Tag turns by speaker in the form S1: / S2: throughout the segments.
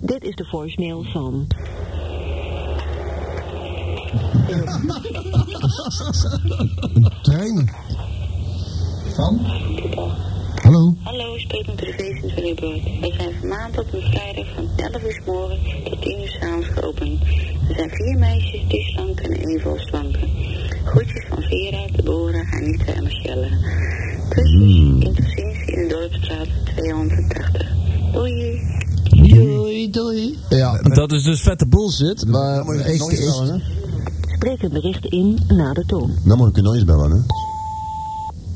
S1: Dit is de voicemail van.
S2: Een trein.
S3: Van?
S2: Hallo.
S1: Hallo, u spreekt met de feestend van uw brood. Wij zijn van maand tot een vrijdag van 11 uur 's morgen tot 10 uur 's avonds geopend. Er zijn vier meisjes die slank en één vol slanken. Groetjes van Vera, Deborah, Anita en Michelle. Kusjes, in tot ziens in de Dorpstraat 280. Doei.
S2: Doei, doei. Ja,
S3: Dat is dus vette bullshit.
S2: maar
S3: Maar
S2: eerst, eerst.
S1: Spreek een bericht in na de toon.
S2: Dan moet ik er nooit bij wonen.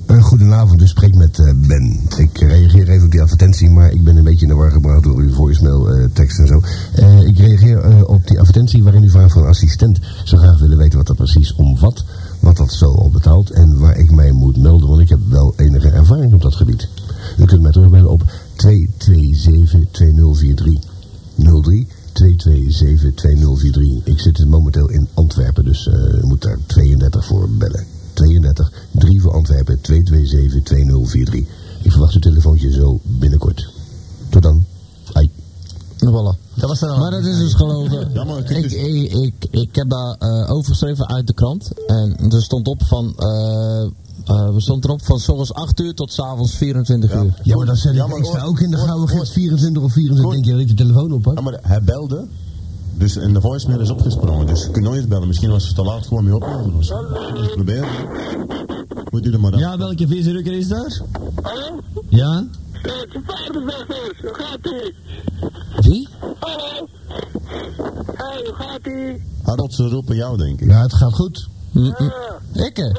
S2: Eh, goedenavond, u spreekt met eh, Ben. Ik reageer even op die advertentie, maar ik ben een beetje in de war gebracht door uw voicemail eh, tekst en zo. Eh, ik reageer eh, op die advertentie waarin u vraagt voor een assistent. Zou graag willen weten wat dat precies omvat, wat dat zo al betaalt en waar ik mij moet melden, want ik heb wel enige ervaring op dat gebied. U kunt mij terugbellen op 227-2043. 03 227 2043. Ik zit momenteel in Antwerpen, dus eh u moet daar 32 voor bellen. 32 3 voor Antwerpen 227 2043. Ik verwacht uw telefoontje zo binnenkort. Tot dan. Ai.
S3: Voilà.
S4: Dat was
S3: Maar dat is dus gelogen.
S5: Ja, maar je kunt
S4: ik,
S5: dus-
S4: ik, ik, ik heb daar eh, overgeschreven uit de krant. En er stond op van. eh eh, er stond erop van s ochtends 8 uur tot s avonds 24 uur.
S2: Ja, maar dat zijn
S5: Ja, maar
S2: ik sta
S5: hoor-
S2: ook in de
S5: hoor-
S2: gouden
S5: hoor-
S2: gids 24 of 24.
S5: hoor-
S2: Denk je dat ik de telefoon oppakt?
S5: Ja, maar hij belde. Dus en de voicemail is opgesprongen. Dus je kunt nooit bellen. Misschien was het te laat gewoon mee opnemen. of zo. Dus probeer. Moet u er maar aan.
S3: Ja, welke vieze is daar? Ja?
S4: Wie?
S5: Harold, ze roepen jou, denk ik.
S2: Ja, het gaat goed.
S4: Ik? hè?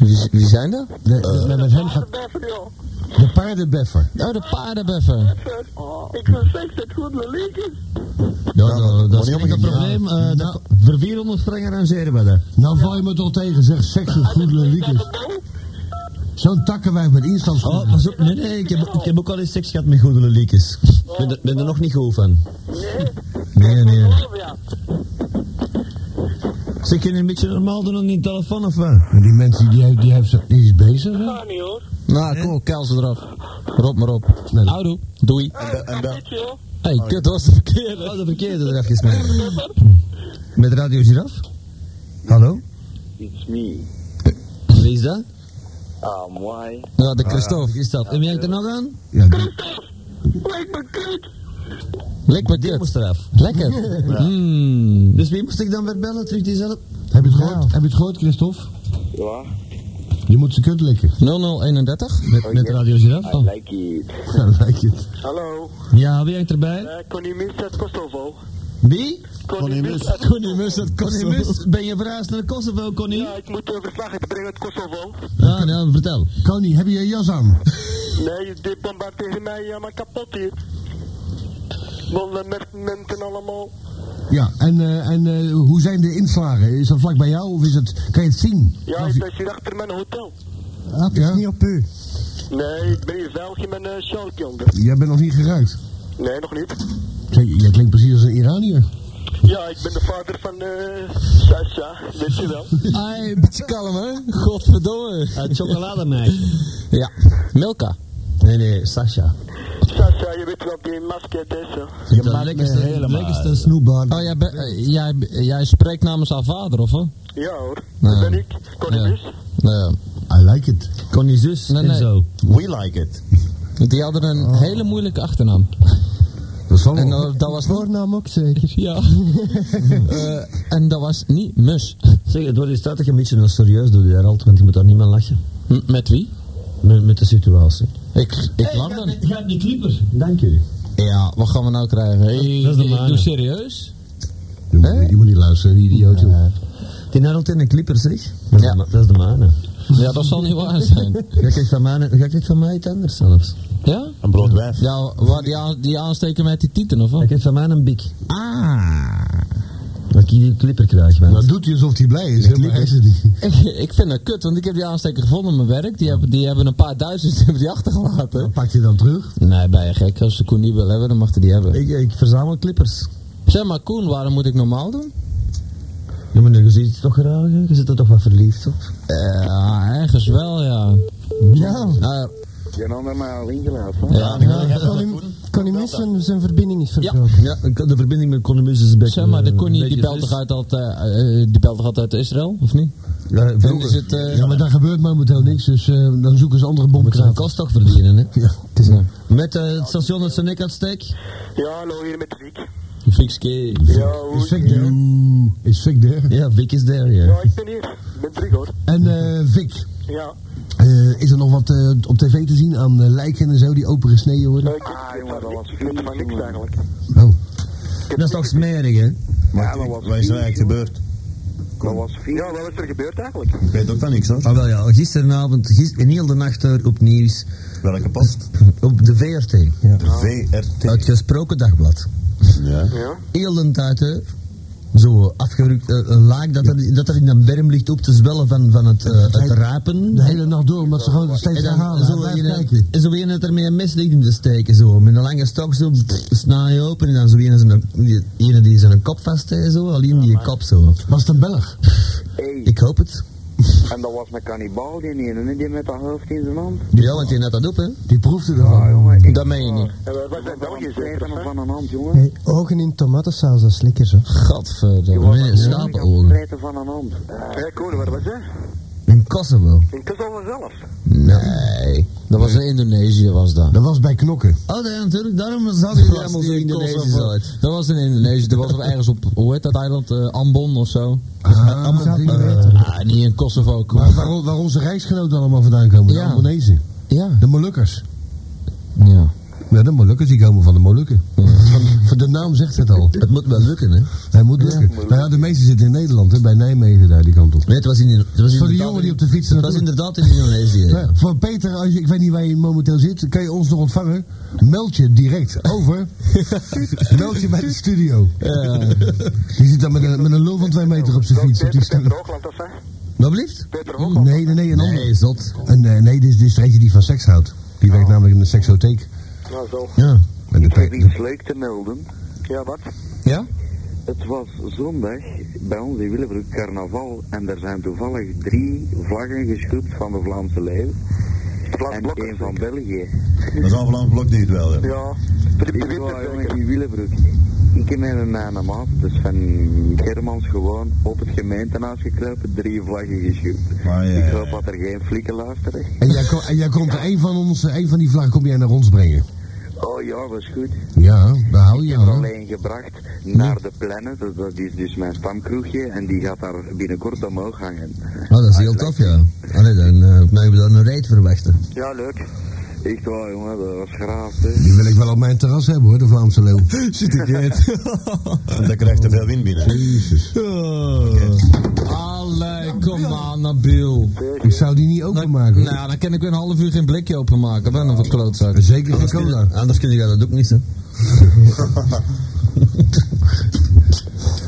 S4: Wie, wie zijn dat?
S2: De,
S3: Eh,
S2: de- met hem gaat de paardenbeffer.
S4: Oh, de paardenbeffen.
S6: Ik wil seks het goed met liedjes.
S2: Ja, dat,
S5: dat is
S2: is
S5: niet
S2: een
S5: een
S2: probleem.
S5: probleem,
S2: Nou, nou,
S3: eh, Voor 400 strenger en zeer bij de.
S2: val je me toch tegen, zeg seks of goedele liedjes.
S6: nou?
S2: Zo'n takkenwijf met instapschoenen.
S3: Oh, pas op. Nee, nee, ik heb, ik heb ook al eens seks gehad met goede leliekes. Ik ben, er- ben er nog niet goed van. Nee, nee.
S6: Oh,
S3: Zeg, kun je een beetje normaal doen aan die telefoon of wat?
S2: Maar die mensen, die, heeft- die, heeft, zo- die is bezig, hè?
S6: Ga niet hoor.
S4: Nou, cool, keil ze eraf. Rop maar op. Houdoe, doei.
S5: En, be- en bel-
S6: Liedje hoor.
S4: hey, kut, dat was de verkeerde.
S3: Oh, de verkeerde er even mee. Met Radio Giraf? Hallo?
S6: It's me.
S3: Wie is dat?
S6: Ah,
S7: um,
S6: why?
S4: Ja, de Christophe.
S3: Is dat? En wie hangt er nog aan?
S2: Ja, die-
S6: Lijkt me kut.
S4: Lik me
S3: Die
S4: kut.
S3: moest eraf.
S4: Lekker. Mm.
S3: Dus wie moest ik dan weer bellen? Terug diezelfde?
S2: heb, je het gehoord? heb je het gehoord, Christophe?
S6: Ja,
S2: Je moet ze kut likken.
S4: 0031.
S2: Met, met Radio Giraf? Oh,
S6: like it.
S2: ja, lijkt het.
S6: Hallo,
S3: Ja, wie hangt erbij?
S6: uh, Connie Mist uit Kosovo.
S3: Wie?
S6: Connie Mist uit
S3: Connie Mus uit Kosovo. Connie Mus, ben je verhuisd naar Kosovo, Connie?
S6: Ja, ik moet een verslag uitbrengen uit Kosovo.
S3: Ah, nou, vertel.
S2: Koning, heb je je jas aan?
S6: Nee, dit bombardeert tegen mij ja, maar kapot hier. Monumenten allemaal.
S2: Ja, en, eh, en eh, hoe zijn de inslagen? Is dat vlak bij jou of is het, kan je het zien?
S6: Ja, ik ben hier achter mijn hotel.
S2: Ah, het is niet op u.
S6: Nee, ik ben hier veilig in mijn uh, sjalkjonder.
S2: Jij bent nog niet geruikt.
S6: Nee, nog niet.
S2: Zeg, Jij klinkt precies als een Iranier.
S6: Ja, ik ben de vader van eh Sasha, weet je wel.
S4: Ai, beetje kalm hè? Godverdomme.
S3: Het eh, chocolademeisje.
S4: Ja, Milka.
S3: Nee, nee, Sasha.
S6: Sasha, je weet wel, die masker het is, hè.
S3: Ja,
S2: maar
S3: lekkerste,
S2: helemaal.
S3: lekkerste snoepbar.
S4: Oh, jij, ben- eh, jij, jij spreekt namens haar vader, of hè?
S6: Ja hoor,
S4: Nou,
S6: dat ben ik, Connie
S4: ja.
S6: Mus.
S4: Nee.
S2: Nou I like it.
S3: Connie zus
S4: Nee,
S3: en
S4: nee.
S3: zo.
S5: We like it.
S4: Die hadden een hele moeilijke achternaam.
S2: Dat zal
S4: En
S2: wel.
S4: dat, dat was...
S3: Voornaam ook zeker.
S4: Ja. Eh, en dat was niet Mus.
S3: Zeg, het wordt eens tijd dat je een beetje serieus doet daar altijd, want je moet daar niet meer lachen.
S4: M- met wie?
S3: Met, met de situatie.
S4: Ik, ik lach dan.
S3: Gaat niet liever. Dank jullie.
S4: Ja, wat gaan we nou krijgen? Ik,
S3: dat is de
S4: ik
S3: mijne.
S4: doe serieus.
S2: Je moet, je moet niet luisteren, die idioot. joh.
S3: Die Harold en een clipper zeg. Dat is,
S4: Ja.
S3: de, ma- dat is de mijne.
S4: Ja, dat zal niet waar zijn.
S3: Jij krijgt van mij, jij krijgt van mij iets anders zelfs.
S4: Ja?
S5: Een brood wijf.
S4: Ja, waar die, aan- die aansteken met die tieten, of
S3: Jij
S4: wat?
S3: krijgt van mij een bik.
S4: Ah.
S3: Dat ik die clipper krijg, man.
S2: Dat doet hij alsof hij blij is, hè, maar hij is het niet.
S4: Ik, ik vind dat kut, want ik heb die aansteker gevonden in mijn werk. Die hebben, die hebben een paar duizend die hebben die achtergelaten.
S2: Dan pak je dan terug.
S4: Nee, ben je gek. Als ze Koen niet wil hebben, dan mag hij die hebben.
S3: Ik, ik verzamel clippers.
S4: Zeg maar, Koen, waarom moet ik normaal doen?
S3: Ja, maar nu, je ziet het toch raar, hè? je zit er toch wat verliefd op.
S4: Eh, Ja, ergens wel, ja.
S8: Ja,
S4: Nou,
S6: Je hebt normaal ingelaten.
S4: ja,
S8: ja, Connie- Connie Mies zijn, zijn verbinding is verbroken.
S3: Ja, de verbinding met Columbus is een beetje...
S4: Zeg maar, de
S3: eh,
S4: Connie
S3: een
S4: die
S3: beetje
S4: belt, toch
S3: vis.
S4: uit, dat, eh, eh, die belt toch altijd uit Israël, of niet?
S2: Ja,
S4: Dan
S2: vroeger.
S4: is het, eh,
S2: ja, maar daar gebeurt momenteel niks, dus eh, dan zoeken ze andere bomkraten.
S3: kost toch verdienen, hè?
S2: Ja, het is
S3: Met eh, het station dat zijn nek aan het steek.
S6: Ja, hallo, hier met Riek.
S4: Fikske.
S6: Ja,
S2: Is Vic
S6: hoe?
S2: there? Is Vic there?
S3: Oh, Ja, Vic is daar, ja.
S6: Ja, ik ben hier. Ik ben terug hoor.
S2: En eh Vic,
S6: Ja.
S2: eh, is er nog wat eh, op tv te zien aan eh, lijken en zo die open gesneden worden?
S6: Leuk. Ah, jongen, dat was Ik ben van niks eigenlijk.
S2: Oh.
S3: Dat is toch smerig, hè?
S5: Maar
S6: maar
S5: wat
S6: wat
S5: is er eigenlijk gebeurd?
S6: Dat was vier. Ja, wat is er gebeurd eigenlijk?
S5: Ik weet ook dan niks hoor.
S3: Ah, wel ja, gisteravond, gis- en heel de nacht daar op nieuws,
S5: Welke post?
S3: op de VRT.
S5: De
S3: E
S5: VRT.
S3: Het gesproken dagblad.
S5: Ja.
S6: Ja.
S3: Heel de tijd, hè. Zo afgerukt, eh, een laak dat er, dat er in een berm ligt op te zwellen van, van het, eh, het rapen.
S2: De hele nacht door, omdat ze gewoon nog steeds
S3: En dan
S2: herhalen.
S3: zo
S2: Blijf
S3: een,
S2: kijken.
S3: zo een dat er met een mes ligt in te steken, zo. Met een lange stok, zo, snij open. En dan zo een, zijn- die- ene die zijn kop vasthoudt, zo. Alleen die kop, zo.
S2: Was het een Belg?
S3: Ik hoop het.
S6: En dat was een kannibaal die ene, hè, die met dat hoofd in zijn Ah, hand.
S3: Ja, want die had dat op, hè.
S2: Die proefde ervan.
S4: Dat meen je niet.
S6: En wij zijn wel gezeten van een hand, jongen.
S8: Nee, ogen in tomatensaus, dat is lekker zo.
S4: Gadverdamme.
S3: Met slaperogen.
S6: Vreten van een hand. Hé, Koen, waar was je?
S3: In Kosovo.
S6: In Kosovo zelf.
S4: Nee. Dat was in Indonesië, was dat.
S2: Dat was bij knokken.
S3: Oh, nee, natuurlijk. Daarom zag je allemaal zo Indonesisch uit.
S4: Dat was in Indonesië. Dat was er ergens op, hoe heet dat eiland? Eh, Ambon of zo.
S2: Ah,
S8: zou het
S2: die-
S8: niet
S2: eh,
S8: weten.
S4: Ah, niet in Kosovo. kom.
S2: Maar waar, on- waar onze reisgenoten allemaal vandaan komen,
S4: Ja.
S2: de Albanese.
S4: Ja.
S2: De Molukkers.
S4: Ja.
S2: Ja, de Molukkers die komen van de Molukken. Van- van de naam zegt het al.
S3: Het moet wel lukken, hè.
S2: Hij moet lukken. Nou ja, de meeste zitten in Nederland, hè, bij Nijmegen daar die kant op.
S3: Nee, het was in... Het was
S2: Voor die
S3: inderdaad
S2: jongen
S3: in-
S2: die op de fiets
S3: Het was
S2: naartoe-
S3: inderdaad in Indonesië.
S2: Ja, voor Peter, als je, ik weet niet waar je momenteel zit, kan je ons nog ontvangen? Meld je direct over. Meld je bij de studio. Die zit dan met een, met een lul van twee meter op zijn fiets. Op die
S6: Peter
S2: stoel.
S6: Hoogland, dat zijn.
S3: Wat blieft?
S6: Peter Hoogland.
S2: Nee, nee, nee, een ander.
S3: Nee, zot.
S2: Een, eh, nee, dit is, dit is er eentje die van seks houdt. Die
S6: Oh.
S2: werkt namelijk in de seksotheek.
S6: Nou zo.
S2: Ja. En de
S7: Ik heb
S2: pe-
S7: iets leuk te melden.
S6: Ja, wat?
S4: Ja?
S7: Het was zondag bij ons in Willebroek carnaval en er zijn toevallig drie vlaggen geschroept van de Vlaamse leeuw
S6: Vlaams
S7: en
S6: blokken.
S7: één van België.
S5: Dat is al Vlaams Blok die het wel hebben.
S6: Ja. Filip de
S7: Ik
S6: Winter,
S7: was
S6: denk
S7: jongen
S6: ik.
S7: in Willebroek. Ik heb met een, een maat, dus van Germans, gewoon op het gemeentehuis gekruipen, drie vlaggen geschroept.
S5: Maar ja,
S7: Ik
S5: ja,
S7: hoop dat er geen flikken luisteren.
S2: en, jij ko- en jij komt er een van ons, een van die vlaggen kom jij naar ons brengen.
S7: Oh ja, dat is goed.
S2: Ja, daar hou je
S7: Ik heb
S2: aan. hè.
S7: alleen gebracht naar de Planet, dat- dat is dus mijn stamkroegje, en die gaat daar binnenkort omhoog hangen.
S3: Oh, dat is heel tof, ja. Allee, dan eh mogen we dan een reet verwachten.
S7: Ja, leuk. Echt waar, jongen, dat was graaf, hè.
S2: Die wil ik wel op mijn terras hebben hoor, de Vlaamse leeuw.
S4: Zit ik dit?
S5: Want dat krijgt te veel wind binnen.
S4: Oh. Allee, kom aan, Nabil.
S2: Ik zou die niet openmaken.
S4: Nou, ja, dan kan ik weer een half uur geen blikje openmaken. Ben nog een klootzak.
S2: Zeker geen cola.
S3: Anders kun je dat ook niet, hè.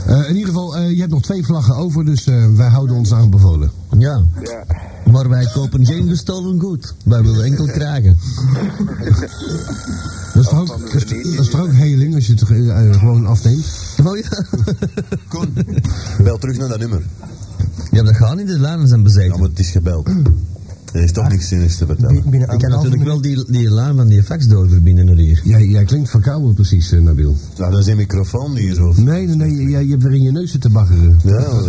S2: Eh, in ieder geval, eh, je hebt nog twee vlaggen over, dus eh, wij houden ons aanbevolen.
S3: Ja. Maar wij kopen geen gestolen goed. Wij willen enkel krijgen.
S2: Dat is toch
S3: Oh,
S2: ook, dat is, dat is toch ook heling als je het eh, eh, gewoon afneemt?
S3: Oh ja.
S5: Koen, bel terug naar dat nummer.
S3: Ja, maar dat gaat niet. De lijnen zijn bezeten.
S5: Ja, maar het is gebeld. Er is
S4: Ah.
S5: toch niks zinnigs te vertellen.
S8: Binnen
S3: ik kan
S8: anderhalve
S3: natuurlijk
S8: minuut.
S3: wel die, die lijn van die fax doorverbinden naar hier.
S2: Jij, jij klinkt verkouden precies, eh, Nabil.
S5: Ja, dat is een microfoon die is of.
S2: Nee, nee, nee, jij, je hebt weer in je neus zitten baggeren.
S5: Ja,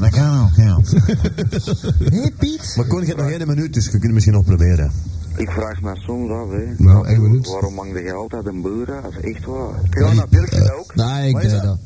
S5: dat kan ook, ja.
S3: Hé hey, Piet.
S5: Maar Koen, je hebt nog één minuut, dus je kunt het misschien nog proberen.
S7: Ik vraag me soms af, hè.
S2: Nou, één minuut.
S7: Waarom hangde je altijd een boer uit? Echt waar.
S6: Ja, naar Birkje ook.
S4: Nee, ik
S5: Wat is
S4: deed
S5: dat?
S4: dat.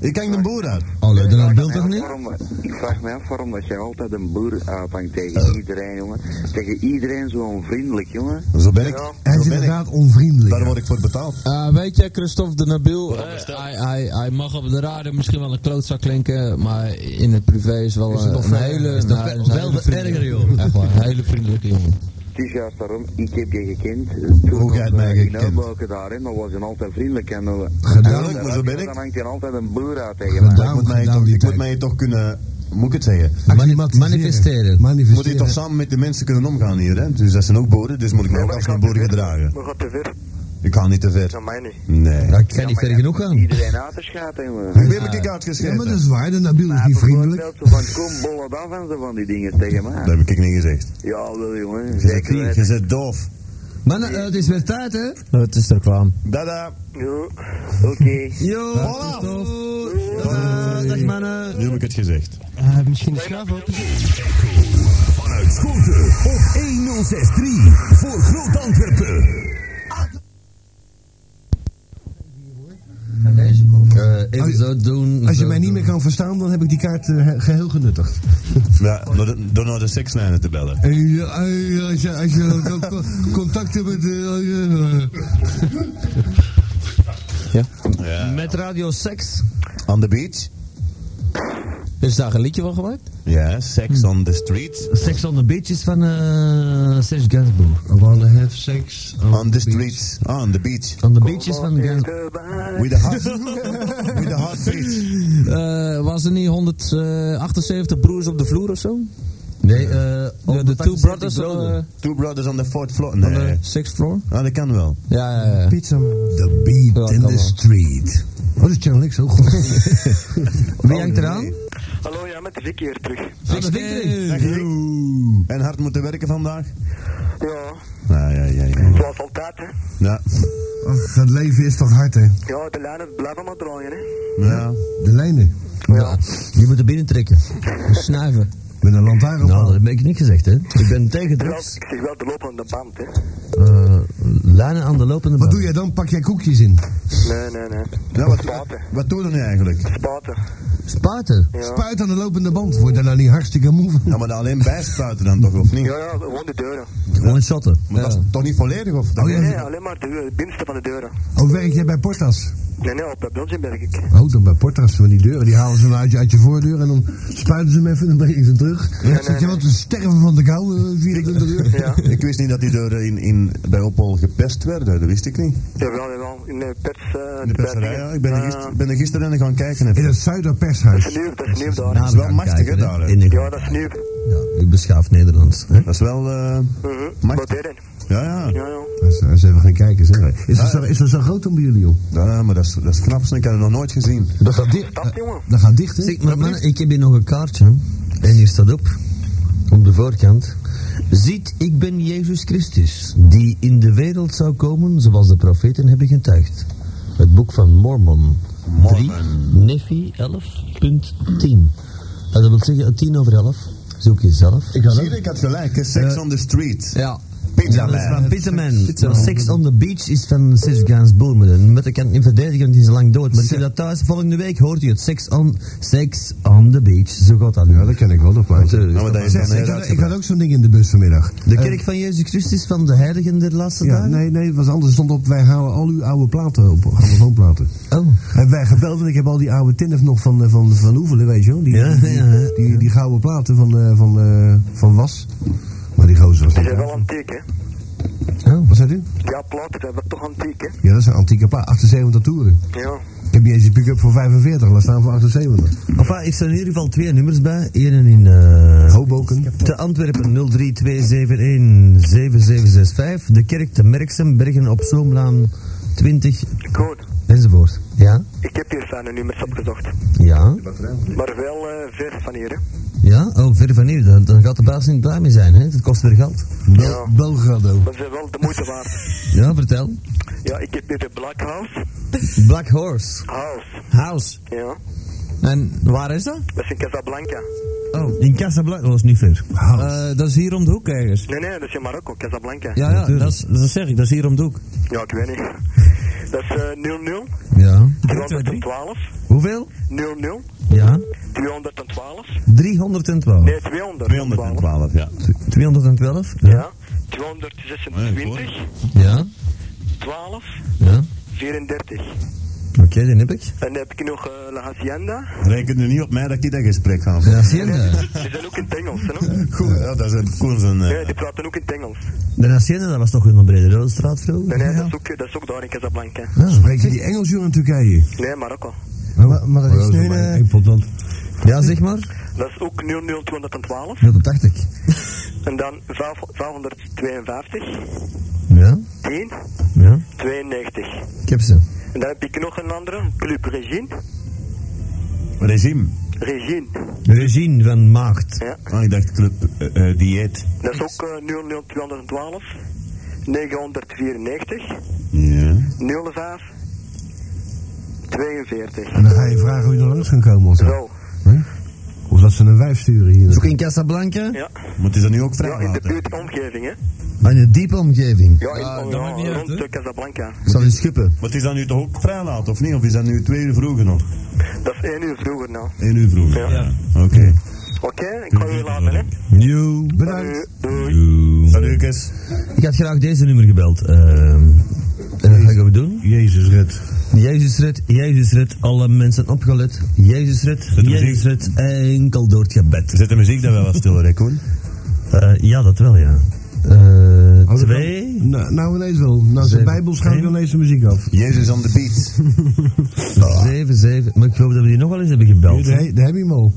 S5: Ik hang de boer uit.
S3: Allee, Oh, dat
S7: Ik
S3: dat
S7: vraag
S3: beeld
S7: me
S3: toch
S7: af
S3: niet?
S7: waarom- ik vraag me af waarom dat jij altijd een boer uithangt tegen iedereen, jongen. Tegen iedereen zo onvriendelijk, jongen.
S5: Zo ben ik.
S2: Hij is
S5: Zo ben ik.
S2: inderdaad onvriendelijk.
S5: Daar word ik voor betaald.
S4: Eh, weet je, Christophe de Nabil, eh, hij, hij, hij mag op de radio misschien wel een klootzak klinken, maar in het privé is wel eh,
S2: nog
S4: een
S2: veel-
S4: hele,
S2: is nog
S4: nou,
S2: veel-
S4: is een
S2: veel
S4: hele
S2: erger,
S4: vriendelijke- Echt waar, een hele vriendelijke jongen.
S7: Het is juist daarom, ik heb je gekend.
S5: Hoe jij het mij gekend?
S7: In daarin, dan was je altijd vriendelijk en... eh,
S5: Gedaan, maar zo ben
S7: Dan
S5: ik.
S7: hangt je altijd een boer uit tegen mij.
S5: Maar Ik moet mij
S2: gedaan
S5: toch-
S2: die
S5: ik moet
S2: tijd.
S5: mij toch kunnen. Moet ik het zeggen?
S2: Actie
S3: manifesteren.
S5: Moet ik
S2: Manifesteren.
S5: toch samen met de mensen kunnen omgaan hier, hè? Dus dat zijn ook boeren, dus moet ik me ook
S6: maar
S5: als
S6: ik
S5: een
S6: ga
S5: boer gedragen.
S6: We gaan te ver.
S5: Ik ga niet te ver.
S6: Aan mij niet.
S5: Nee.
S3: Ja, ik kan niet ver genoeg gaan.
S7: Iedereen uit te schaten, jongen.
S5: Wie heb ik
S2: Ja,
S5: uitgeschreven?
S2: maar dat is waar, de Nabil is niet vriendelijk.
S7: Bijvoorbeeld zo van, kom, bol het af en zo van die dingen tegen
S5: Dat
S7: mij.
S5: heb ik niet gezegd.
S7: Ja, wel jongen.
S5: Je zit
S7: Zeker
S5: niet,
S7: weten.
S5: je zit doof.
S3: Mannen, eh, het is weer tijd, hè?
S4: Nou, het is er klaar.
S5: Dada.
S6: Ja.
S7: Oké.
S3: Yo,
S5: Voilà.
S3: Christophe. Dag, dag, mannen.
S5: Nu heb ik het gezegd.
S8: Eh, misschien de schuif open.
S9: Vanuit Schoten op 1063 voor Groot Antwerpen.
S3: Eh, even zo doen.
S2: Als je
S3: zo
S2: mij niet
S3: doen.
S2: meer kan verstaan, dan heb ik die kaart eh, he- geheel genuttigd.
S5: Ja, door de- door naar de sekslijnen te bellen.
S2: Hey, eh, als je, als je co- co- contact hebt met... eh, eh,
S3: Met Radio 6.
S5: On the beach?
S4: Is daar een liedje van gemaakt?
S5: Ja, sex on the street.
S3: Sex on the Beach is van eh Serge Gainsbourg.
S2: I wanna have sex on,
S5: On the
S2: beach.
S5: streets. Ah, On the beach.
S3: On the Beach is van Gainsbourg.
S5: With the hot, with the hot beach.
S4: Eh, was er niet 178 broers op de vloer of zo?
S3: Nee, eh...
S4: De, de Two Brothers eh,
S5: Two brothers on the fourth floor. Nee.
S4: Sixth Floor?
S5: Ah, dat kan wel.
S4: Ja, ja, ja.
S8: Pizza man.
S2: The beat
S4: Ja,
S2: in
S4: kan
S2: the
S4: wel.
S2: street. Oh, dat is Channel X, ook goed.
S4: Oh,
S3: Wie hangt eraan?
S6: Hallo, ja, met Vicky hier terug.
S3: Fix Victory.
S5: Dag, Rick. En hard moeten werken vandaag?
S6: Ja,
S5: Nou, ja, Nou, ja, ja.
S6: zoals altijd, hè.
S5: Ja,
S2: Ach, dat Oh, leven is toch hard, hè?
S6: Ja, de lijnen blijven maar draaien, hè.
S5: ja.
S2: De lijnen.
S6: Ja.
S3: Je moet er binnen trekken. Snuiven.
S2: Met een lantaarn op.
S3: Nou, dat heb ik niet gezegd, hè. Ik ben tegen
S6: Wel,
S3: drugs.
S6: ik zeg wel de lopende band, hè.
S3: eh lijnen aan de lopende
S2: Wat
S3: band.
S2: doe jij dan? Pak jij koekjes in.
S6: Nee, nee, nee.
S5: Ja, nou, wat,
S6: Spaten.
S5: wat doe je nu eigenlijk?
S6: Spaten.
S3: Spuiten.
S6: Ja.
S2: Spuit aan de lopende band. Word je daar nou niet hartstikke moe van?
S5: Ja, maar dan alleen bijspuiten dan toch, of niet?
S6: Ja, ja, gewoon de deuren.
S3: Gewoon shotten.
S5: Maar dat is toch niet volledig, of?
S2: Oh,
S5: Dat
S2: ja.
S6: Nee, nee, alleen maar de, deur- de binnenste van de deuren.
S2: Oh, werk jij bij Portas?
S6: Nee, nee, op Belgium werk ik.
S2: Oh, dan bij Portas. Want die deuren, die halen ze dan uit je, uit je voordeur en dan spuiten ze hem even en dan brengen ze hem terug.
S6: nee,
S2: Zit je
S6: nee.
S2: wat te sterven van de kou eh, 24 uur?
S6: Ja.
S5: Ik wist niet dat die deuren in, in, bij Opel gepest werden, dat wist ik niet. Ah.
S6: Jawel, jawel. In de pers... eh
S5: In de perserij, ja. Ik ben er, gister, ben er gisteren gaan kijken.
S2: In
S5: even.
S2: het Zuiderpershuis.
S6: Dat is nieuw, dat is nieuw daar.
S5: Dat is wel machtig, hè, daar. hè.
S3: In de,
S6: Ja, dat is nieuw.
S2: Nou,
S3: ja, beschaafd Nederlands. Hè?
S5: Dat is wel... eh,
S6: Mhm.
S5: Mag-
S6: Wat deden?
S5: ja, ja.
S6: Ja, ja.
S2: Dus, eh, Als ze even gaan kijken, zeg. Is dat, zo, is dat zo groot dan bij jullie, joh?
S5: Ja, maar dat is, dat is knap, ik heb het nog nooit gezien.
S2: Dat gaat dicht.
S6: Dat, jongen.
S2: Dat gaat dicht, hè?
S3: Zeg, maar mannen, ik heb hier nog een kaartje. En hier staat op, op de voorkant. Ziet, ik ben Jezus Christus, die in de wereld zou komen zoals de profeten hebben getuigd. Het boek van Mormon. 3, Nephi 11.10. Dat wil zeggen, 10 over 11. Zoek jezelf.
S2: Ik had
S5: Zie
S2: ook.
S5: je, ik had gelijk. hè. Sex on the street.
S3: Ja.
S5: Pizza
S3: Dat is
S5: man.
S3: van Pizzaman. Sex on the Beach is van Serge Gainsbourg. maar dat- Maar ik kan het niet verdedigen, want die is al lang dood. Maar ik heb dat thuis, volgende week hoort u het. Sex on, sex on the Beach. Zo gaat dat nu.
S2: Ja, dat ken ik wel, dat plaatje.
S3: Natuurlijk.
S5: Nou, maar dat is
S2: Zeg,
S5: dan
S2: ik,
S5: heel
S2: had, ik had
S5: uitgebreid.
S2: ook zo'n ding in de bus vanmiddag.
S3: De kerk van Jezus Christus van de heiligen der laatste
S2: Ja,
S3: dagen?
S2: nee, nee, het was anders. stond op, wij houden al uw oude platen op, grammofoonplaten.
S3: Oh.
S2: Hebben wij gebeld, want ik heb al die oude tinnen nog van, eh, van, van Oevelen, weet je wel. Die,
S3: Ja,
S2: die,
S3: ja, ja.
S2: die, die gouden platen van, eh, van, eh, van Was. Maar die gozer was
S6: Die
S2: niet
S6: zijn wel
S2: uit.
S6: antiek, hè.
S3: Oh.
S2: Wat zei u?
S6: Ja, platen zijn wel toch antiek, hè.
S2: Ja, dat zijn antieke platen, 78 toeren.
S6: Ja.
S2: Ik heb niet eens een pick-up voor 45, laat staan voor 78.
S3: Enfin, ik staan in ieder geval twee nummers bij. Eén in eh
S2: Hoboken.
S3: te Antwerpen 032717765. De kerk te Merksem, Bergen op Zoomlaan 20
S6: Goed.
S3: enzovoort. Ja?
S6: Ik heb hier zijn nummers opgezocht.
S3: Ja?
S6: Maar wel eh ver van hier, hè.
S3: Ja? Oh, ver van hier. Dan, dan gaat de baas niet blij mee zijn, hè? Dat kost weer geld.
S6: Ja.
S2: Belgrado.
S6: Dat is wel de moeite waard.
S3: Ja, vertel.
S6: Ja, ik heb hier de Black House.
S3: Black Horse
S6: House.
S3: House.
S6: Ja.
S4: En waar is dat?
S6: Dat is in Casablanca.
S3: Oh, in Casablanca. Dat is niet ver.
S4: Eh, dat is hier om de hoek ergens.
S6: Nee, nee, dat is in Marokko, Casablanca.
S4: Ja, ja, dat, is, dat zeg ik, dat is hier om de hoek.
S6: Ja, ik weet niet. Dat is eh 00
S3: Ja.
S6: 212
S3: Hoeveel?
S6: 00
S3: Ja.
S6: 212
S3: 312.
S6: Nee, 200.
S5: 212, ja.
S3: 212?
S6: Ja.
S5: Ja,
S6: 226
S3: Ja,
S6: 12
S3: ja.
S6: 34.
S3: Oké, die heb ik.
S6: En dan heb ik nog eh, La Hacienda.
S5: Reken er niet op mij dat ik dat gesprek ga
S3: Ja,
S5: voeren.
S3: Hacienda.
S6: Die zijn ook in het Engels, hè?
S5: Goed, ja, dat is een koers. Een,
S6: Nee,
S5: eh,
S6: die praten ook in het Engels.
S3: De Hacienda, dat was toch een brede rode straat vroeger?
S6: Nee, nee,
S3: Ja.
S6: dat is ook, dat is ook daar in Casablanca.
S2: Spreek je die Engels, joh, in Turkije?
S6: Nee, Marokko.
S8: Maar, maar dat is nu een... eh,
S2: potland.
S3: Oh. Ja, zeg maar.
S6: Dat is ook 00212.
S3: 080.
S6: En dan 5- 552
S3: Ja,
S6: 10
S3: Ja,
S6: 92.
S3: ik heb ze.
S6: En dan heb ik nog een andere, Club Regine.
S5: Regime.
S6: Regine,
S3: Regine van Maagd.
S6: ja.
S5: Ah, ik dacht club eh, eh, dieet.
S6: Dat is ook eh, 00212, 994,
S5: Ja.
S6: 05, 42.
S2: En dan ga je vragen hoe je er langs kan komen of zo.
S6: Zo,
S2: Of dat ze een wijf sturen hier.
S3: Is ook in Casablanca?
S6: ja.
S5: Maar het is dan nu ook
S6: Ja, in de
S5: vrijwater.
S6: buurt omgeving, hè.
S3: Aan je diepe omgeving.
S6: Ja, in, oh,
S10: dat maakt niet
S6: ja,
S10: uit,
S6: rond
S10: hè.
S6: eh, Casablanca.
S3: Ik zal in Schuppen.
S5: Maar het is dan nu toch ook vrijlaten, of niet? Of is dat nu twee uur vroeger nog?
S6: Dat is één uur vroeger nou.
S5: Eén uur vroeger.
S6: Ja.
S5: Oké.
S6: Oké, ik ga u laten, hè.
S3: Nieuw. Bedankt.
S6: Doei. Doei.
S5: Salut, Kees.
S3: Ik had graag deze nummer gebeld. ehm. en wat gaan we doen?
S2: Jezus, red.
S3: Jezus red, Jezus red, alle mensen opgelet. Jezus red,
S5: de
S3: Jezus red, enkel door het gebed.
S5: Zet de muziek dan wel wat stiller, hè, Koen?
S3: Eh, ja, dat wel, ja. Eh,
S2: dat
S3: twee.
S2: Nou, nou ineens wel. Nou, zijn
S3: Zeven.
S2: bijbel schuift
S3: Eén.
S2: ineens de muziek af.
S5: Jezus on the beat.
S3: Zeven, zeven. Maar ik geloof dat we die nog wel eens hebben gebeld. hè?
S2: Daar daar heb je hem al.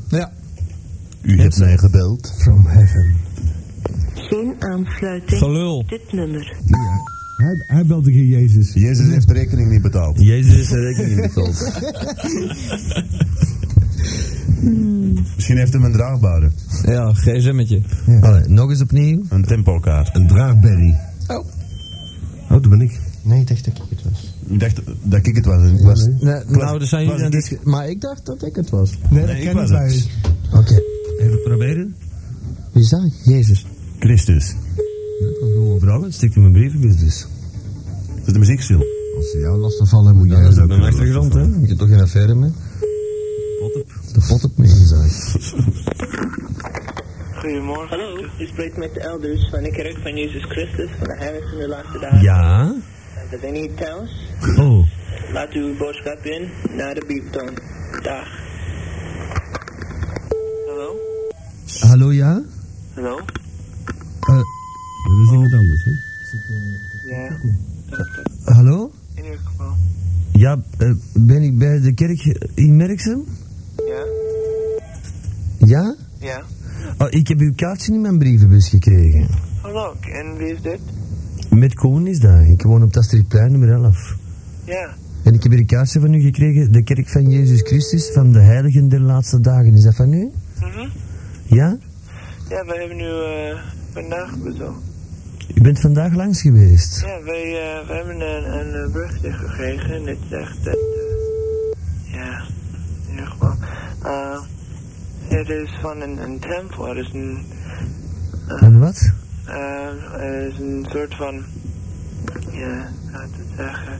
S5: U hebt mij gebeld.
S2: From heaven.
S1: Geen aansluiting.
S10: Gelul.
S1: Dit nummer.
S2: Hij, hij belt een keer Jezus.
S5: Jezus heeft de rekening niet betaald.
S3: Jezus is de rekening betaald.
S5: Misschien heeft hem een draagbare.
S10: Ja, gsm'tje.
S3: Allee, nog eens opnieuw.
S5: Een tempokaart.
S2: Een draagberry. Oh. Oh, dat ben ik.
S8: Nee, ik dacht dat ik het was.
S5: Ik dacht dat ik het was. Ik was
S2: nee.
S4: Nee, nou, er zijn
S5: was
S4: jullie aan
S5: het
S4: dit... Maar ik dacht dat ik het was.
S8: Nee, dat
S5: Nee, ik
S8: ken
S5: was
S8: ik
S5: het.
S8: bij.
S4: Oké.
S3: Even proberen.
S4: Wie is dat? Jezus.
S5: Christus.
S3: Gewoon vragen, het stikt in mijn brievenbus dus.
S5: Zet de muziek stil.
S2: Als ze jou lastig vallen, moet jij dat ook doen.
S3: achtergrond, hè?
S4: Je hebt toch geen affaire mee? De pot op
S6: Goedemorgen.
S1: Hallo, u spreekt met de elders van de kerk van Jezus Christus van de Heilige van de Laatste Dagen.
S3: Ja.
S1: We zijn hier thuis.
S3: Oh.
S1: Laat uw boodschap in naar de bieptoon. Dag. Hallo?
S3: Hallo, ja?
S6: Hallo?
S2: Dat is iemand anders, hè?
S6: Ja,
S3: Hallo?
S6: in ieder geval.
S3: Ja, eh, ben ik bij de kerk in Merksem?
S6: Ja?
S3: Ja?
S6: Ja.
S3: Oh, ik heb uw kaartje in mijn brievenbus gekregen.
S6: Hallo, en wie is dit?
S3: Met Koen is dat. Ik woon op Tasterplein nummer 11.
S6: Ja.
S3: En ik heb hier een kaartje van u gekregen. De kerk van Jezus Christus van de heiligen der laatste dagen. Is dat van u?
S6: Mhm.
S3: Ja?
S6: Ja, wij hebben nu eh, vandaag bezocht.
S3: U bent vandaag langs geweest.
S6: Ja, wij, eh, wij hebben een, een eh, berichtje gekregen en dit zegt dat... eh, ja, in ieder geval. Eh, het is van een, een tempel, het is een,
S3: En wat?
S6: eh, het is een soort van... Ja, laten we zeggen...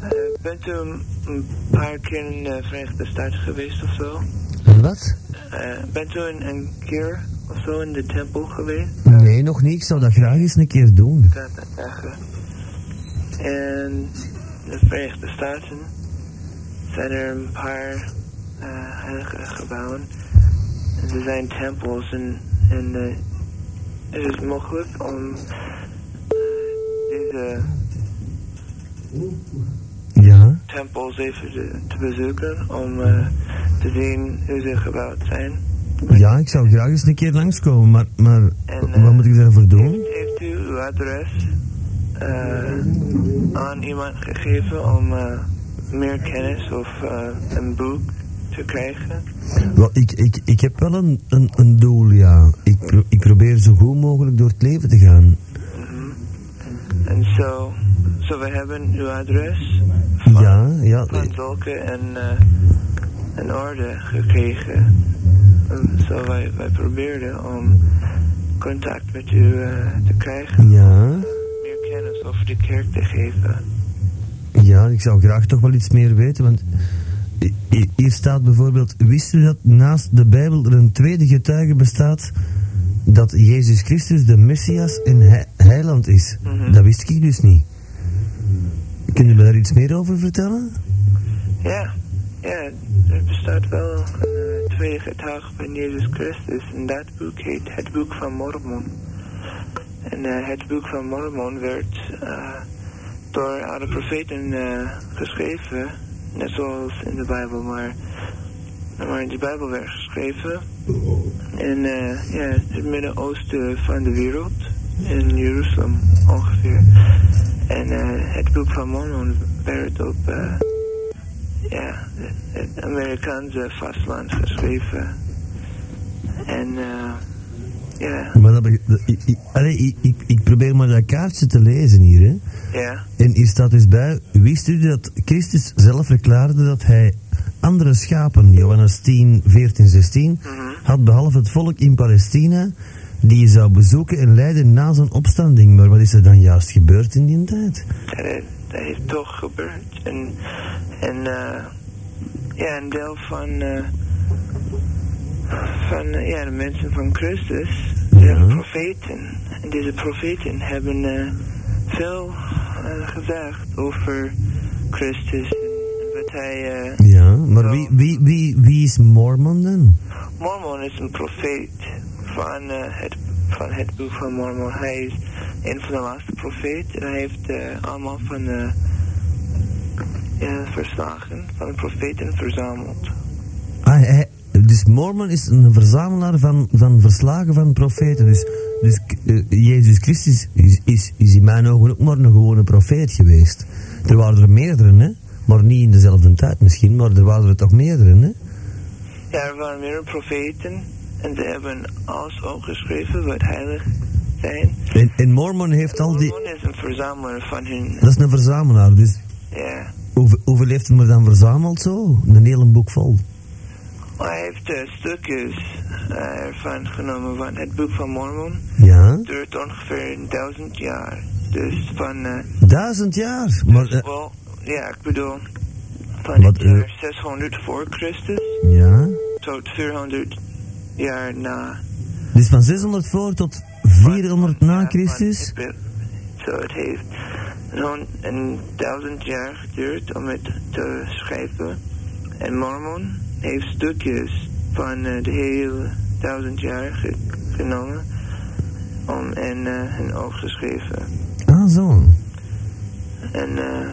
S6: eh, bent u een, een paar keer in de Verenigde Staten geweest of zo?
S3: En wat?
S6: Eh, bent u een, een keer of zo in de tempel geweest?
S3: Nee, nog niet. Ik zou dat graag eens een keer doen.
S6: Laten we zeggen. En de Verenigde Staten zijn er een paar eh heilige gebouwen. En er zijn tempels en, en eh, het is mogelijk om eh, deze
S3: Ja?
S6: tempels even te, te bezoeken om eh, te zien hoe ze gebouwd zijn.
S3: Ja, ik zou graag eens een keer langskomen. Maar, maar
S6: En, eh,
S3: wat moet ik daarvoor doen?
S6: Heeft u uw adres eh, aan iemand gegeven om eh, meer kennis of eh, een boek te krijgen?
S3: Wel, ik, ik, ik heb wel een, een, een doel, ja. Ik, pro- ik probeer zo goed mogelijk door het leven te gaan.
S6: En zo, zo we hebben uw adres van,
S3: Ja, ja.
S6: van zulke en eh, een orde gekregen. En zo wij, wij probeerden om contact met u eh, te krijgen,
S3: Ja,
S6: meer kennis over de kerk te geven.
S3: ja, ik zou graag toch wel iets meer weten, want i- i- hier staat bijvoorbeeld, wist u dat naast de Bijbel er een tweede getuige bestaat dat Jezus Christus de Messias en he- heiland is?
S6: Mhm.
S3: Dat wist ik dus niet. Kunnen we daar iets meer over vertellen?
S6: Ja, ja, er bestaat wel een eh, tweede getuige van Jezus Christus. En dat boek heet Het Boek van Mormon. En eh, het Boek van Mormon werd eh, door alle profeten eh, geschreven. Net zoals in de Bijbel, maar, maar in de Bijbel werd geschreven. In eh, ja, het Midden-Oosten van de wereld. in Jeruzalem ongeveer. En eh, het boek van Mormon werd op eh, ja, het Amerikaanse vasteland geschreven. En eh, ja,
S3: Maar dat be- dat- ik, ik, allee, ik, ik, ik probeer maar dat kaartje te lezen hier. Hè.
S6: ja,
S3: En hier staat dus bij, wist u dat Christus zelf verklaarde dat hij andere schapen, Johannes 10, 14, 16, had behalve het volk in Palestina, die je zou bezoeken en leiden na zijn opstanding. Maar wat is er dan juist gebeurd in die tijd?
S6: dat is, dat is toch gebeurd. En, en eh, ja, een deel van, eh, van eh, ja, de mensen van Christus, de
S3: Ja.
S6: profeten. En deze profeten hebben eh, veel eh, gezegd over Christus. en Wat hij, eh,
S3: Ja, maar wie, wie, wie, wie is Mormon dan?
S6: Mormon is een profeet van, eh, het, van het boek van Mormon. Hij is een van de laatste profeten. En hij heeft eh, allemaal van de ja, verslagen van de profeten verzameld.
S3: Ah, hij- dus Mormon is een verzamelaar van, van verslagen van profeten. Dus, dus eh, Jezus Christus is, is, is in mijn ogen ook maar een gewone profeet geweest. Er waren er meerdere, hè? Maar niet in dezelfde tijd misschien, maar er waren er toch meerdere, hè?
S6: Ja, er waren meer profeten en ze hebben alles opgeschreven wat heilig zijn.
S3: En, en Mormon heeft al die...
S6: Mormon is een verzamelaar van hun.
S3: Dat is een verzamelaar, dus
S6: Ja.
S3: hoeveel, hoeveel heeft hem er dan verzameld zo? Een hele boek vol.
S6: Maar hij heeft eh, stukjes eh, ervan genomen van het boek van Mormon.
S3: Ja,
S6: duurt ongeveer een duizend jaar. Dus van, eh,
S3: duizend jaar. Maar, eh,
S6: wel, ja, ik bedoel, van
S3: Wat,
S6: het
S3: eh,
S6: jaar 600 voor Christus
S3: ja,
S6: tot 400 jaar na.
S3: dus van 600 voor tot 400
S6: Ja,
S3: na
S6: van-
S3: Christus.
S6: ik ben- Zo, het heeft een hon- een duizend jaar geduurd om het te schrijven. En Mormon heeft stukjes van eh, de hele duizend jaar ge- genomen om en eh hen opgeschreven.
S3: Ah, zo.
S6: En eh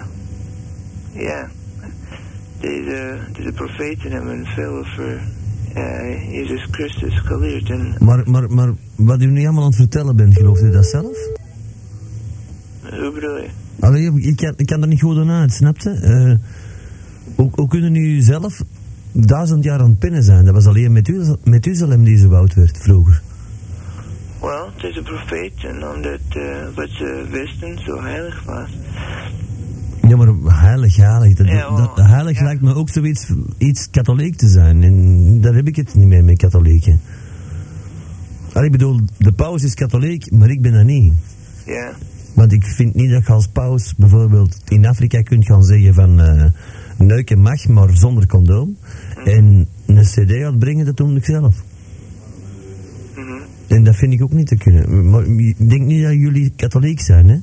S6: ja, deze, deze profeten hebben veel over eh, Jezus Christus geleerd. En
S3: Maar, maar, maar wat u nu allemaal aan het vertellen bent, gelooft u dat zelf?
S6: hoe bedoel je?
S3: Allee, ik kan, ik kan er niet goed aan uit, snap je? Eh, hoe, hoe kunnen u zelf duizend jaar aan het pinnen zijn? Dat was alleen met, u, met Uzalem die zo oud werd vroeger.
S6: Wel, deze profeten, omdat eh, wat ze wisten zo heilig was.
S3: Ja, maar heilig, heilig. Dat,
S6: Ja, wel,
S3: dat, heilig
S6: ja.
S3: lijkt me ook zoiets iets katholiek te zijn. En daar heb ik het niet mee met katholieken. Allee, ik bedoel, de paus is katholiek, maar ik ben dat niet.
S6: Ja,
S3: Want ik vind niet dat je als paus bijvoorbeeld in Afrika kunt gaan zeggen van eh, neuken mag, maar zonder condoom. En een cd uitbrengen, dat doe ik zelf.
S6: mhm.
S3: En dat vind ik ook niet te kunnen. Maar ik denk niet dat jullie katholiek zijn, hè?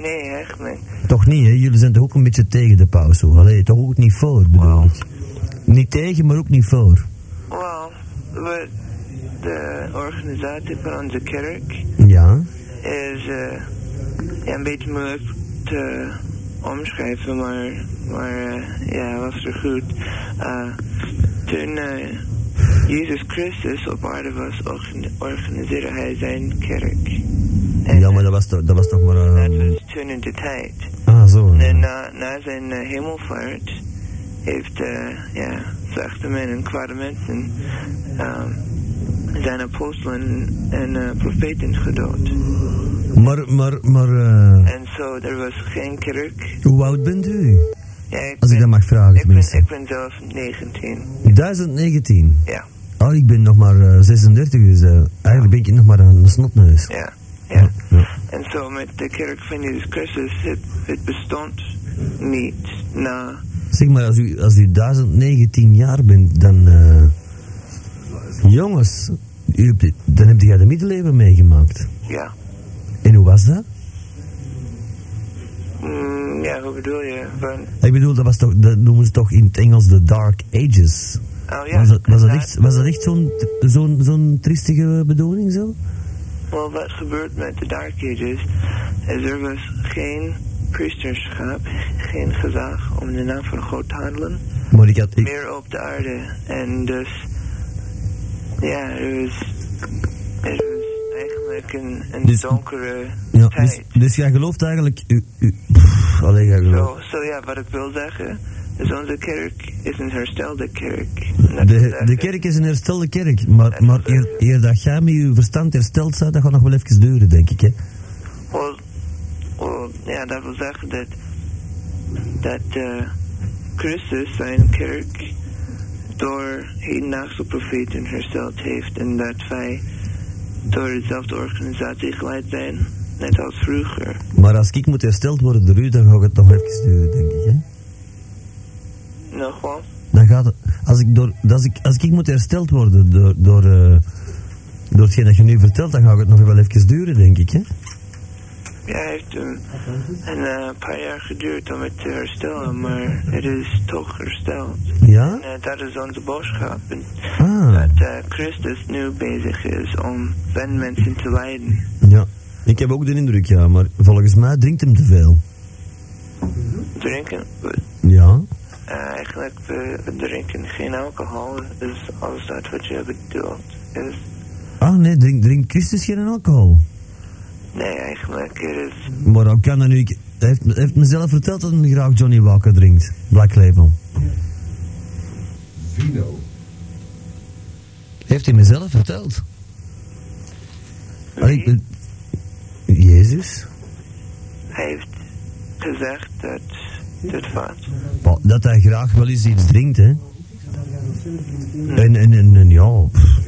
S6: nee, echt niet.
S3: Toch niet, hè? Jullie zijn toch ook een beetje tegen de paus, hoor. Allee, toch ook niet voor, bedoel ik. Niet tegen, maar ook niet voor.
S6: Wel, wat de organisatie van onze kerk
S3: Ja.
S6: is eh, ja, een beetje moeilijk te omschrijven, maar, maar eh, ja, was er goed. Eh, toen eh, Jezus Christus op aarde was, organ- organiseerde hij zijn kerk. En
S3: Ja, maar dat was toch, dat was toch maar... eh,
S6: dat was toen in de tijd.
S3: Ah, zo.
S6: En na, na zijn eh, hemelvaart heeft eh, ja, slechte men en kwade mensen ehm, zijn apostelen en eh, profeten gedood.
S3: Maar, maar, maar... eh,
S6: En zo, er was geen kerk.
S3: hoe oud bent u?
S6: Ja, ik
S3: Als ik dat
S6: ben,
S3: mag vragen,
S6: ik ben,
S3: tenminste.
S6: ik ben zelf 19.
S3: 1019.
S6: Ja,
S3: Oh, ik ben nog maar eh, 36, dus eh, eigenlijk ben ik nog maar een snotneus.
S6: ja, ja.
S3: Ja.
S6: En zo met de kerk van Jezus Christus, het, het bestond niet na.
S3: Zeg maar, als u, als u 1019 jaar bent, dan... eh, jongens, u hebt, dan heb jij de middeleeuwen meegemaakt.
S6: Ja.
S3: En hoe was dat?
S6: Mm, ja, hoe bedoel je? Van,
S3: Ik bedoel, dat, was toch, dat noemen ze toch in het Engels de Dark Ages.
S6: oh ja,
S3: was, dat, was, dat
S6: inderdaad.
S3: echt, was dat echt zo'n zo'n zo'n triestige bedoeling zo?
S6: Wel, wat gebeurt met de Dark Ages is er was geen priesterschap, geen gezag om in de naam van God te handelen,
S3: Maar ik had... Ik,
S6: meer op de aarde. En dus, ja, er was, er was eigenlijk eigenlijk een, een
S3: Dus-
S6: donkere
S3: Ja, dus,
S6: tijd.
S3: dus jij gelooft eigenlijk... U, u, pff, alleen jij gelooft.
S6: Zo, zo ja, wat ik wil zeggen, is onze kerk is een herstelde kerk. En dat
S3: De,
S6: is
S3: de
S6: eigenlijk-
S3: kerk is een herstelde kerk, maar, maar eer, eer dat jij met je verstand hersteld bent, dat gaat nog wel even duren, denk ik. Hè?
S6: Wel, wel, ja, dat wil zeggen dat, dat eh, Christus zijn kerk door hedendaagse profeten hersteld heeft en dat wij door dezelfde organisatie geleid zijn, net als vroeger.
S3: Maar als ik moet hersteld worden door u, dan gaat het nog even duren, denk ik. Hè?
S6: Nog wel?
S3: Dan gaat het, als, ik door, als, ik, als ik moet hersteld worden door, door, eh, door hetgeen dat je nu vertelt, dan gaat het nog wel even duren, denk ik. Hè?
S6: Ja, het heeft een, een eh, paar jaar geduurd om het te herstellen, maar het is toch hersteld.
S3: Ja?
S6: En eh, dat is onze boodschap. En
S3: Ah,
S6: dat eh, Christus nu bezig is om zijn mensen te leiden.
S3: ja. Ik heb ook de indruk, ja, maar volgens mij drinkt hem te veel.
S6: Drinken,
S3: Ja?
S6: eh, eigenlijk we we drinken geen alcohol, dus alles dat wat je bedoelt is.
S3: Ah, nee, drink- drinkt Christus geen alcohol?
S6: Nee, eigenlijk het is.
S3: Maar hoe kan dat nu? Ik- Hij heeft, me- hij heeft mezelf verteld dat hij graag Johnny Walker drinkt. Black Label.
S2: Vino.
S3: Heeft hij mezelf verteld? Allee, ik ben- Jezus?
S6: Hij heeft gezegd dat dit wat.
S3: Bah, Dat hij graag wel eens iets drinkt, hè? En, en, en, en ja... pff.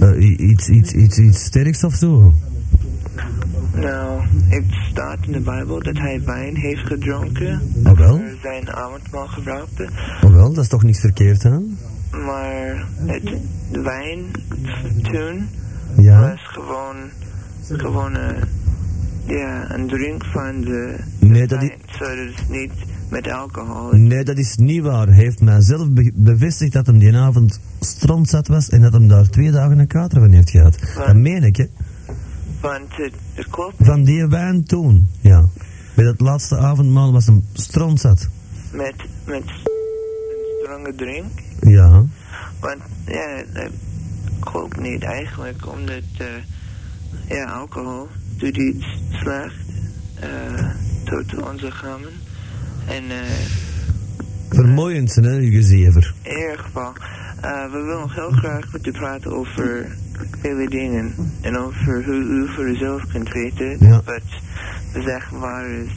S3: Eh, i- iets, iets, iets, iets sterks of zo.
S6: Nou, het staat in de Bijbel dat hij wijn heeft gedronken.
S3: Oh wel?
S6: Er zijn avondmaal gebruikte.
S3: Oh wel, dat is toch niks verkeerd aan?
S6: Maar het de wijn toen
S3: Ja?
S6: was gewoon. gewoon een, ja, een drink van de.
S3: Nee, dat is,
S6: wijn. Zo, dat is niet met alcohol.
S3: nee, dat is niet waar. Hij heeft mij zelf be- bevestigd dat hem die avond strontzat was en dat hem daar twee dagen een kater van heeft gehad. Dat meen ik, hè?
S6: Want het, het klopt
S3: Van die wijn toen, ja. Bij dat laatste avondmaal was hem strontzat.
S6: met, met een strenge drink.
S3: Ja.
S6: Want ja, dat klopt niet eigenlijk, omdat eh, ja, alcohol doet iets slecht eh, tot onze gammen. En eh,
S3: Vermoeiend, hè, je gezever.
S6: in ieder geval, eh, we willen heel graag met u praten over vele dingen. En over hoe u voor uzelf kunt weten
S3: Ja.
S6: wat gezegd waar is.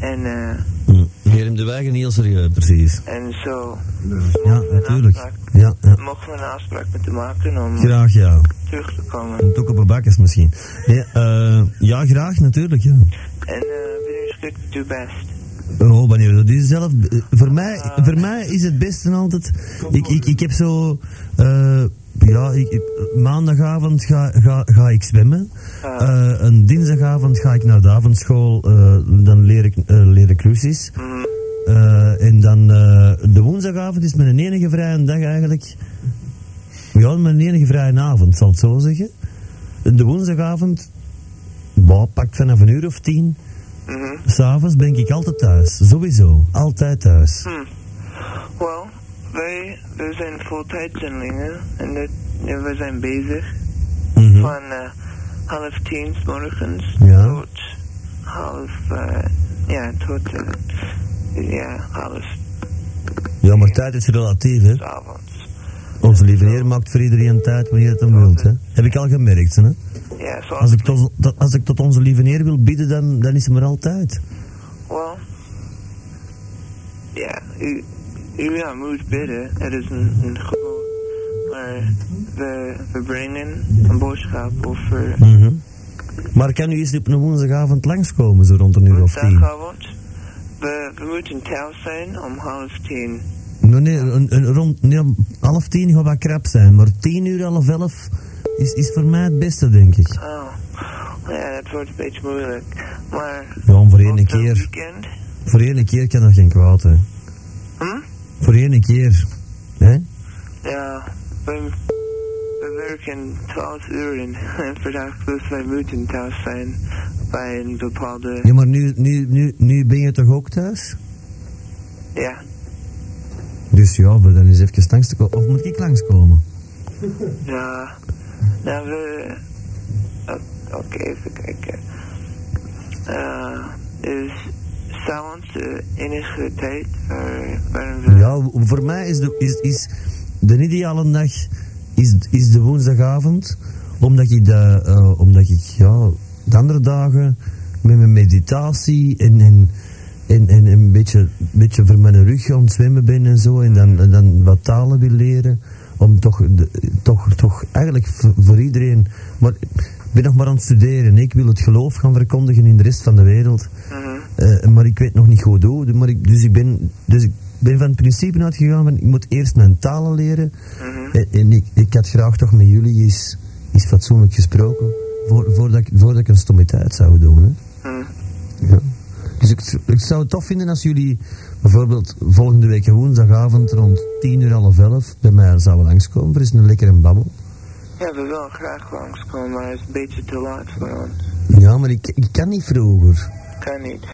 S6: En, eh,
S3: Hier in de wagen heel serieus, Hm. precies.
S6: en zo
S3: Ja, natuurlijk. Ja, ja.
S6: mogen we een afspraak met u maken om
S3: Graag, ja.
S6: terug te komen.
S3: Een tok op een bakjes misschien. Ja, eh, ja, graag, natuurlijk, ja.
S6: En eh, wanneer is het uw best?
S3: Oh, wanneer dat is zelf... eh, Voor mij, voor mij is het beste altijd... Ik, ik, ik heb zo... eh, ja, ik, ik- maandagavond ga, ga, ga ik zwemmen. Eh, een dinsdagavond ga ik naar de avondschool. eh, dan leer ik, eh, leer ik Russisch. Eh, en dan eh, de woensdagavond is mijn enige vrije dag eigenlijk. Ja, mijn enige vrije avond, zal ik het zo zeggen. De woensdagavond, bah, pakt vanaf een uur of tien. S'avonds ben ik altijd thuis, sowieso. Altijd thuis.
S6: Wel, wij, wij zijn voltijdzendingen en dat, ja, we zijn bezig
S3: Mhm.
S6: van eh, half tien 's morgens
S3: Ja.
S6: tot half, eh, ja, tot eh, ja, half
S3: Ja, maar tijd is relatief, hè.
S6: 's avonds.
S3: Onze lieve heer maakt voor iedereen tijd wanneer het hem wilt, hè. Heb ik al gemerkt, hè.
S6: Ja,
S3: Als
S6: zoals
S3: ik tot, tot- als ik tot onze lieve heer wil bieden, dan, dan is hem er altijd.
S6: wel. Ja, u, u ja, moet bidden, het is een, een gebod. Maar we, we brengen een boodschap over
S3: Mhm. Maar kan u eens op een woensdagavond langskomen, zo rond een uur of tien?
S6: woensdagavond. We, we moeten thuis zijn om half tien.
S3: Nee, nee, een, een- rond nee, om half tien gaat wat krap zijn, maar tien uur, half elf is, is voor mij het beste, denk ik.
S6: Oh, ja, dat wordt een beetje moeilijk. Maar.
S3: Ja, voor één
S6: op de
S3: keer.
S6: Weekend?
S3: Voor één keer kan dat geen kwaad, hè.
S6: Hm?
S3: Voor één keer, hè.
S6: Ja, we, we werken 12 uren per dag, dus wij moeten thuis zijn bij een bepaalde.
S3: Ja, maar nu, nu, nu, nu ben je toch ook thuis?
S6: Ja,
S3: Dus ja, maar dan is even langs te komen. Of moet ik langskomen?
S6: ja. Nou, we. eh, Oké, even kijken. Eh, is s'avonds de enige tijd waar, waarin we...
S3: Ja, w- voor mij is de, is, is de ideale dag is, is de woensdagavond, omdat ik, de, eh, omdat ik ja, de andere dagen met mijn meditatie en, en, en, en een beetje, beetje voor mijn rug aan het zwemmen ben en zo, en dan, en dan wat talen wil leren, om toch, de- toch, toch eigenlijk voor, voor iedereen... Maar ik ben nog maar aan het studeren, ik wil het geloof gaan verkondigen in de rest van de wereld. Eh, maar ik weet nog niet goed hoe. de- Maar ik, dus ik ben, dus ik ben van het principe uitgegaan van ik moet eerst mijn talen leren. En, en ik, ik had graag toch met jullie eens, eens fatsoenlijk gesproken. Voor, voordat, ik, voordat ik een stommiteit zou doen. Hè. Ja. Dus ik, ik zou het tof vinden als jullie bijvoorbeeld volgende week woensdagavond rond 10 uur half 11 bij mij zouden langskomen. Er is een lekkere babbel.
S6: Ja, we willen graag langskomen, maar het is een beetje te laat voor ons.
S3: Ja, maar ik, ik kan niet vroeger.
S6: Kan niet.